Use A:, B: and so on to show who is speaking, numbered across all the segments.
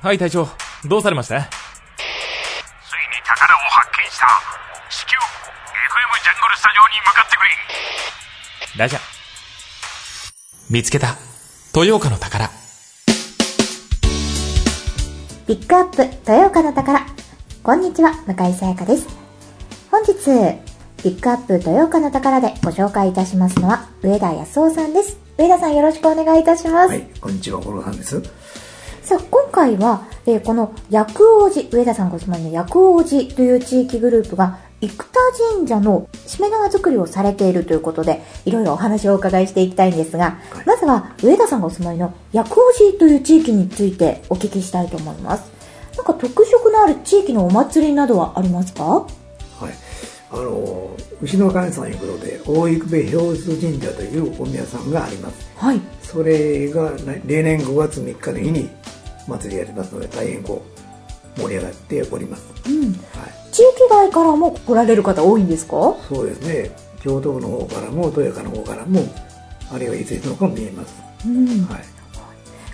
A: はい、隊長。どうされまし
B: つ
A: た
B: いに宝を発見した至急 FM ジャングルスタジオに向かってくれ
A: 大丈夫。見つけた。豊岡の宝。
C: ピックアップ豊岡の宝。こんにちは、向井さやかです。本日、ピックアップ豊岡の宝でご紹介いたしますのは、上田康夫さんです。上田さんよろしくお願いいたします。
D: はい、こんにちは、五郎さんです。
C: さあ、今回は、えーこの薬王寺、上田さんご住まいの薬王寺という地域グループが、生田神社のしめ縄作りをされているということで、いろいろお話をお伺いしていきたいんですが、まずは上田さんがお住まいの薬王寺という地域についてお聞きしたいと思います。なんか特色のある地域のお祭りなどはありますか
D: はい、あの牛の神様に行くので大幾部氷津神社というお宮さんがあります。
C: はい。
D: それが来例年5月3日の日に祭りやりますので大変こう盛り上がっております。
C: うん。
D: はい、
C: 地域外からも来られる方多いんですか
D: そうですね。京都府の方からも豊川の方からもあるいは伊勢の方も見えます。
C: うん。
D: はい、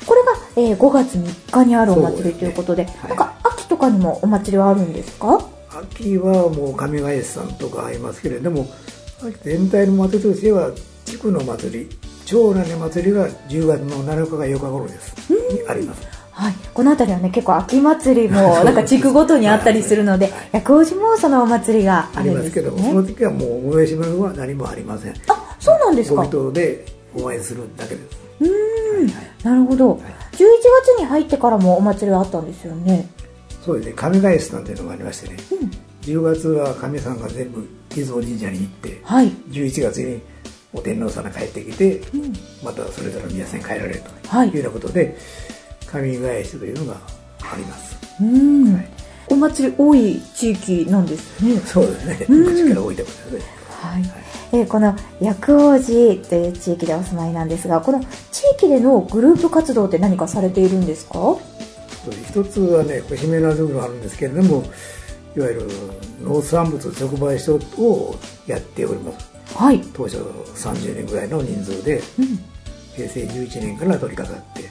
C: これが、えー5月3日にあるお祭りということで、
D: そうです
C: な
D: ね
C: んか秋とかにもお祭りはあるんですか
D: 秋はもう上林さんとかありますけれども秋全体の祭りとしては地区の祭り長蘭の祭りが10月の7日が8日頃ですにあります
C: はい、この辺りはね結構秋祭 りもなんか地区ごとにあったりするので薬王寺もそのお祭りがあ
D: あり
C: るん
D: ま
C: ですす
D: け
C: け
D: ど
C: ど
D: もその
C: ね
D: 時はもう催し物は何もありません
C: あそうなんです
D: ご
C: か
D: 人でお会いするだけです
C: うーんなるほど11月に入ってからもお祭りはあったんですよね
D: そうですね上返すなんていうのがありましてね、
C: ん
D: 10月は神さんが全部伊豆神社に行って
C: はい
D: 11月にお天皇さんが帰ってきて、またそれぞれの皆さんに帰られると
C: はい
D: いうようなことで、神返しというのがあります
C: うーん、
D: はい
C: お祭り多い地域なんですね
D: そうですね
C: うん
D: 昔から置いてますよね
C: はいえーこの薬王寺という地域でお住まいなんですがこの地域でのグループ活動って何かされているんですか
D: そう一つはねこれ姫縄作りもあるんですけれどもいわゆる農産物直売所をやっております
C: はい
D: 当初30人ぐらいの人数で
C: うん
D: 平成11年から取り掛かって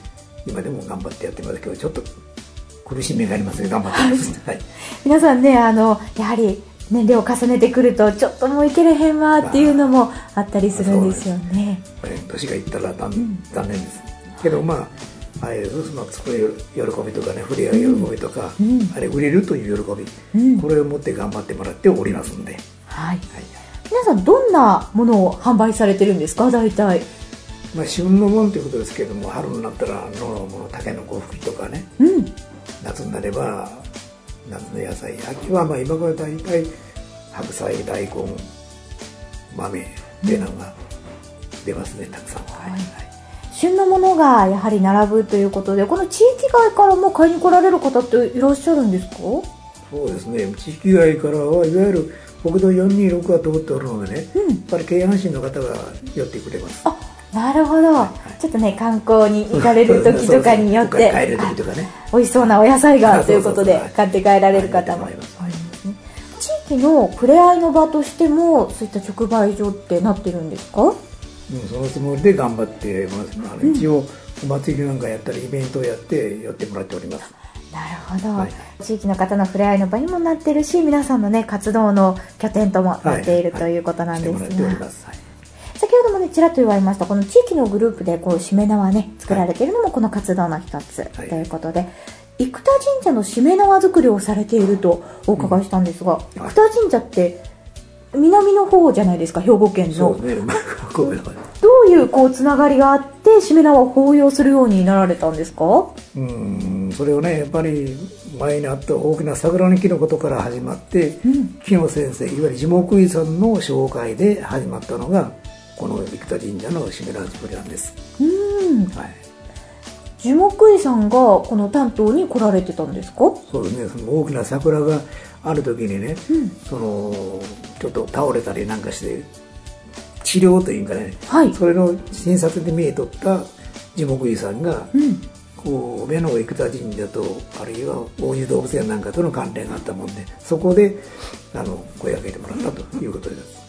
D: 今でも頑張ってやってますけどちょっと苦しみがありますね頑張ってます、はい
C: 皆さんねあのやはり年齢を重ねてくるとちょっともういけれへんわっていうのもあったりするんですよね
D: 年がいったら残残念ですけどまあああいうその作る喜びとかね触れ合う喜びとか、
C: うん
D: あれ売れるという喜び、
C: うん
D: これを持って頑張ってもらっておりますんで、は
C: は
D: い、
C: い皆さんどんなものを販売されてるんですか大体
D: まあ、旬のもんということですけども春になったら野のもの竹の子吹きとかね
C: うん
D: 夏になれば夏の野菜秋はまあ今から大体白菜大根豆っていうのが出ますねたくさんはい、はい
C: 旬のものがやはり並ぶということでこの地域外からも買いに来られる方っていらっしゃるんですか
D: そうですね地域外からはいわゆる国道426が通っておるのでね、
C: うん
D: やっぱり京阪神の方が寄ってくれます
C: あなるほど、ちょっとね観光に行かれる時とかによっ
D: そう
C: て
D: そう帰る時とかね
C: あ美味しそうなお野菜が
D: あ
C: ということ
D: そう
C: で
D: そうそう
C: 買って帰られる方も
D: はいはい
C: 地域の触れ合いの場としてもそういった直売所ってなってるんですか
D: うん、そのつもりで頑張ってます、あの一応お祭りなんかやったりイベントをやってやってもらっております
C: なるほど、
D: はい
C: 地域の方の触れ合いの場にもなってるし皆さんのね活動の拠点ともなっている、
D: は
C: ということなんです
D: は
C: が
D: いしてもらっております、はい
C: 先ほどもねちらっと言われましたこの地域のグループでこうしめ縄ね作られているのもこの活動の一つと
D: はい
C: いうことで、生田神社のしめ縄作りをされているとお伺いしたんですが、
D: はい
C: 生田神社って南の方じゃないですか兵庫県
D: そ
C: の
D: うですねごめんなさい
C: どういうこうつながりがあってしめ縄を抱擁するようになられたんですか
D: うんそれをねやっぱり前にあった大きな桜の木のことから始まって、木野先生いわゆる樹木医さんの紹介で始まったのがこの生田神社のしめ縄作りなんです、
C: うん
D: はい、
C: 樹木医さんがこの担当に来られてたんですか
D: そうですねその大きな桜がある時にね、そのちょっと倒れたりなんかして治療というかね、
C: はい
D: それの診察で見えとった樹木医さんが、こう目の生田神社とあるいは大湯動物園なんかとの関連があったもんでそこであの声をかけてもらったということです、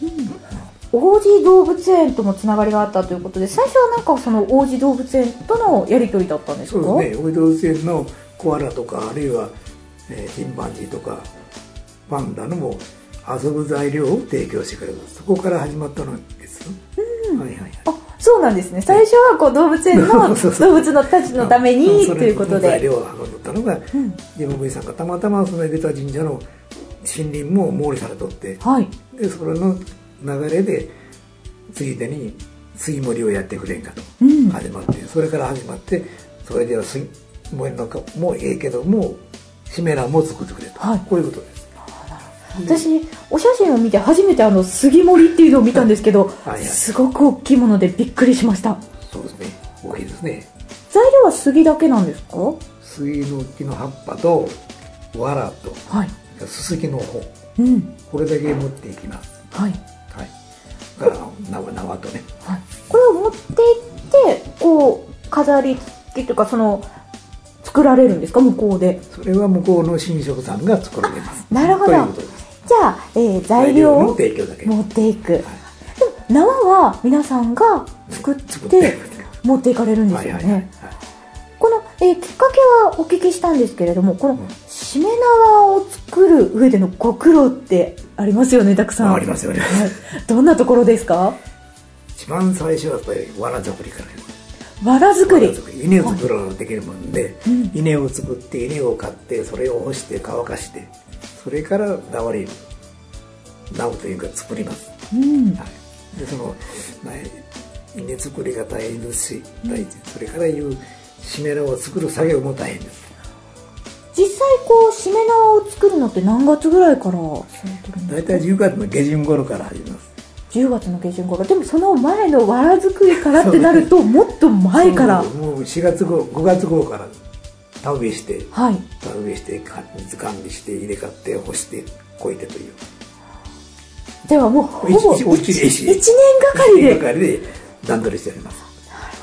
C: 王子動物園ともつながりがあったということで最初はなんかその王子動物園とのやり取りだったんですか
D: そうですね大湯動物園のコアラとかあるいは、えーチンパンジーとかパンダのも遊ぶ材料を提供してくれますそこから始まったのですよ、はいはいはい
C: あそうなんですね最初はこう動物 園の
D: そうそう
C: 動物のたちのためにということ
D: その材
C: で
D: 料を運んでったのが、ジムブイさんがたまたまそのエベタ神社の森林も毛利さんにとって
C: はい
D: でそれの流れでついでに杉森をやってくれんかと
C: うん
D: 始まって、それから始まってそれでは杉森の顔もええけどもシメラも作ってくれと、
C: はい
D: こういうことです
C: 私お写真を見て初めてあの杉森っていうのを見たんですけど、
D: いはい
C: すごく大きいものでびっくりしました
D: そうですね大きいですね
C: 材料は杉だけなんですかは
D: 杉の木の葉っぱとわらと
C: い
D: すすきの穂
C: うん
D: これだけ持っていきます
C: はい
D: はいだから縄縄とね
C: はい、これを持っていってこう飾り付けというかその作られるんですか向こうで
D: それは向こうの神職さんが作られます
C: なるほど
D: ということです
C: じゃあ、えー材料
D: の
C: を
D: 提供だけ
C: 持っていく、でも縄は皆さんが作っ
D: 作って
C: て持っていかれるんですよね、
D: はいはいはい
C: この、えーきっかけはお聞きしたんですけれどもこのしめ縄を作る上でのご苦労ってありますよねたくさん
D: ありますよね
C: はい、どんなところですか
D: 一番最初はやっぱり藁作りからです
C: わら作り
D: 藁作り稲を作るのができるもんで、稲を作って稲を買ってそれを干して乾かしてそれから縄に縄というか作ります、
C: うん
D: はい、でそのね稲作りが大変ですし大変それからいうしめ縄を作る作業も大変です
C: 実際こうしめ縄を作るのって何月ぐらいからされてるんで
D: 大体10月の下旬頃から始めます
C: 10月の下旬頃でもその前のわら作りからってなるともっと前から
D: そうもう4月号5月号から田植えして
C: はい
D: 田植えしてか水管理して入れ替って干してこいてという
C: ではもうほぼ
D: 一一
C: 1
D: 一年
C: 年がかりで
D: 一年がかりで段取りしております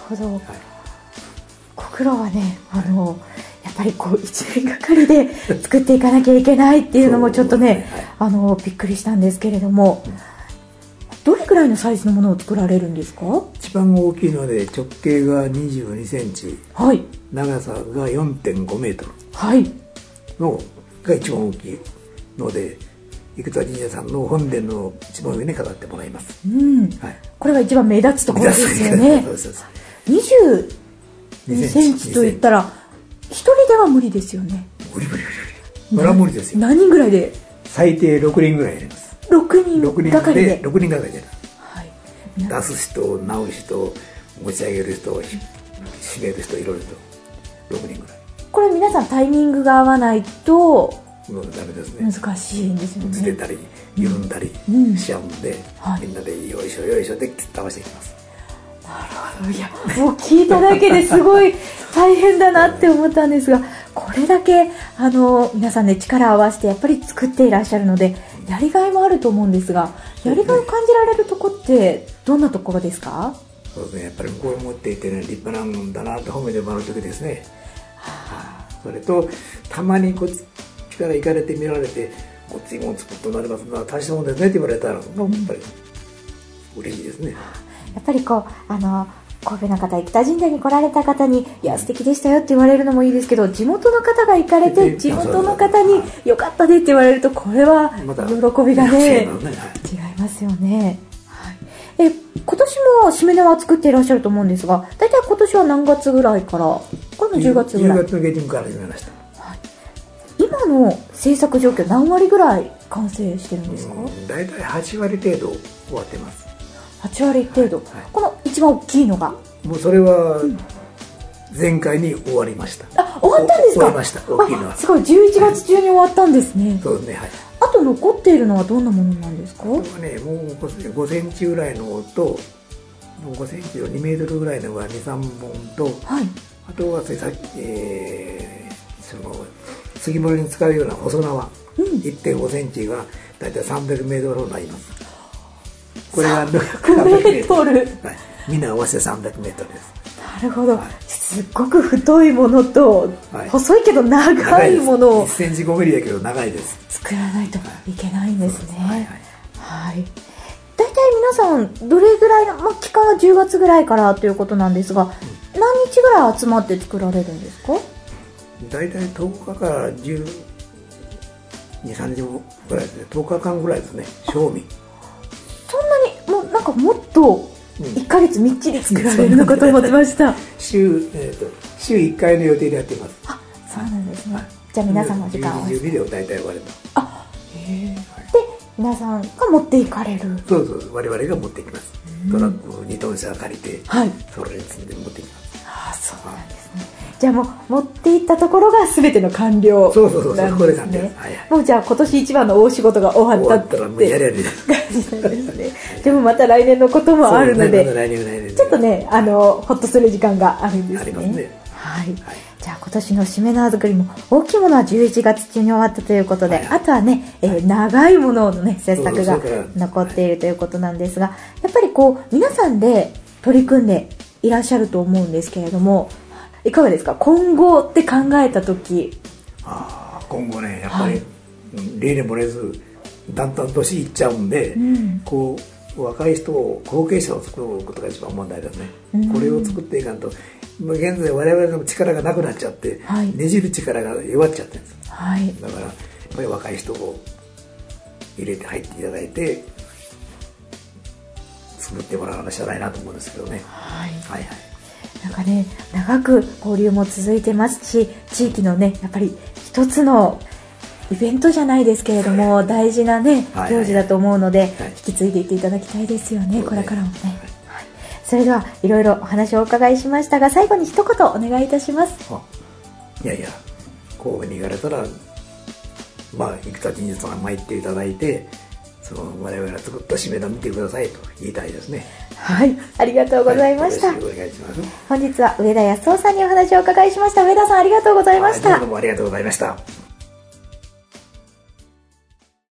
C: なるほど、ご苦労はねあのやっぱりこう1年がかりで作っていかなきゃいけないっていうのもちょっとね
D: そうですね
C: あのびっくりしたんですけれども、どれくらいのサイズのものを作られるんですか
D: 一番大きいので直径が2 2センチ
C: はい
D: 長さが4 5メートル
C: はい
D: のが一番大きいので生田神社さんの本殿の一番上に飾ってもらいます
C: うん
D: はい
C: これが一番目立つところですよ ね
D: そうそうそう
C: 22センチといったら一人では無理ですよね
D: 無理無理無理無理それは無理ですよ
C: 何人ぐらいで
D: 最低6人ぐらいやります
C: 6
D: 6
C: 人がか
D: 人
C: り
D: で
C: で
D: 6人がかりで
C: はい皆
D: 出す人直す人持ち上げる人ひ締める人いろいろと6人ぐらい
C: これ皆さんタイミングが合わないと
D: もうダメですね
C: 難しいんですよ
D: ずれ
C: ね
D: たり緩んだり
C: うん
D: しちゃうんで、
C: はい
D: みんなでよいしょよいしょで倒していきます
C: いやもう聞いただけですごい大変だなって思ったんですがこれだけあの皆さんね力を合わせてやっぱり作っていらっしゃるのでやりがいもあると思うんですがやりがいを感じられるとこってどんなところですか
D: そうですねやっぱり向こうを持っていて、ね、立派なんだなと褒めてもらう時ですねそれとたまにこっちから行かれて見られてこっちも作っとなりますな大したもんですねって言われたらやっぱり嬉しいですね、
C: やっぱりこう、あの、神戸の方、生田神社に来られた方に、いや、素敵でしたよって言われるのもいいですけど、地元の方が行かれ
D: う
C: て、
D: ん
C: 地元の方に、よかったねって言われると、これは、
D: また
C: 喜びがね、
D: そうだねはい
C: 違いますよね。はいえ、今年もしめ縄作っていらっしゃると思うんですが、大体今年は何月ぐらいから、これも10月ぐら
D: 10
C: い。
D: 月の下旬から始めました
C: 今の制作状況、何割ぐらい完成してるんですか、
D: うん大体8割程度終わってます
C: ?8 割程度、
D: はい
C: この一番大きいのが。
D: もうそれは前回に終わりました、
C: あ、終わったんですか
D: 終わりました大きいのは
C: あすごい、11月中に終わったんですね。
D: そうですねはい
C: あと残っているのはどんなものなんですか
D: これはねもう5センチぐらいのともう5センチの2メートルぐらいのが23本と
C: はい。
D: あとはさっき、えーその杉森に使うような細縄、1.5センチが大体300メートルになりますこれが300
C: 300メート
D: はい、みんな合わせて300メートルです
C: なるほど。すっごく太いものと
D: はい、
C: 細いけど長い
D: です
C: もの
D: 1
C: を
D: センチ5ミリだけど長いです
C: 作らないといけないんです
D: はい
C: ね
D: はい。
C: はい。大体皆さん、どれぐらいの、まあ、期間は10月ぐらいからということなんですが、何日ぐらい集まって作られるんですか
D: 大体10日から12、30ぐらいですね、10日間ぐらいですね、賞味。
C: そんなにもうなんかもっと
D: うん
C: 1ヶ月みっちり作られるのかと思ってました
D: 週、えっ、と、週1回の予定でやっています。
C: あそうなんですねじゃあ皆さんの時間を
D: 10時10秒大体割れた。
C: で皆さんが持っていかれる
D: そうそう、我々が持ってきます。トラックを2トン車借りて、
C: はい
D: それに積んで持ってきます。
C: あそうなんですねじゃあもう持っていったところが全ての完了
D: そうそうそうそう
C: なん
D: こ
C: で
D: れ
C: す
D: 完了で
C: ね
D: すはいはい
C: もうじゃあ今年一番の大仕事が終
D: 終
C: わ
D: わ
C: った
D: ったら
C: っ
D: もうやり
C: て
D: やりで。
C: 感じなんですねでもまた来年のこともあるの
D: そう
C: で
D: ねまだ来年来年
C: ちょっとねあのほっとする時間があるんですね
D: ありますね
C: はい
D: はい
C: じゃあ今年のしめ縄作りも大きいものは11月中に終わったということで、
D: はいはい
C: あとはね、えー長いもののね制作
D: そ
C: が
D: うそうそう
C: 残っているということなんですが、やっぱりこう皆さんで取り組んでいらっしゃると思うんですけれどもいかがですか今後って考えた時
D: ああ今後ねやっぱり、
C: はい
D: うん例年もれずだんだん年いっちゃうんで、
C: ん
D: こう若い人を後継者を作ることが一番問題ですね、
C: うん
D: これを作っていかんとまあ現在我々の力がなくなっちゃって、
C: はい
D: ねじる力が弱っちゃってるんです
C: はい
D: だからやっぱり若い人を入れて入っていただいて作ってもらわなきゃないなと思うんですけどね
C: はい
D: はいはい
C: なんかね、長く交流も続いてますし、地域のね、やっぱり一つのイベントじゃないですけれども、大事なね、
D: はい
C: 行事だと思うので、
D: はい
C: 引き継いでいっていただきたいですよね、
D: そう
C: こ
D: ね
C: れからもね。はいそれでは、いろいろお話をお伺いしましたが、最後に一言お願いいたします。
D: あいやいや神戸に行かれたらまあ生田神社さん参っていただいてその我々が作った締めだ見てくださいと言いたいですね
C: はい、ありがとうございました。
D: はよろしくお願いします
C: 本日は上田康夫さんにお話をお伺いしました。上田さん、ありがとうございました。
D: どうもありがとうございました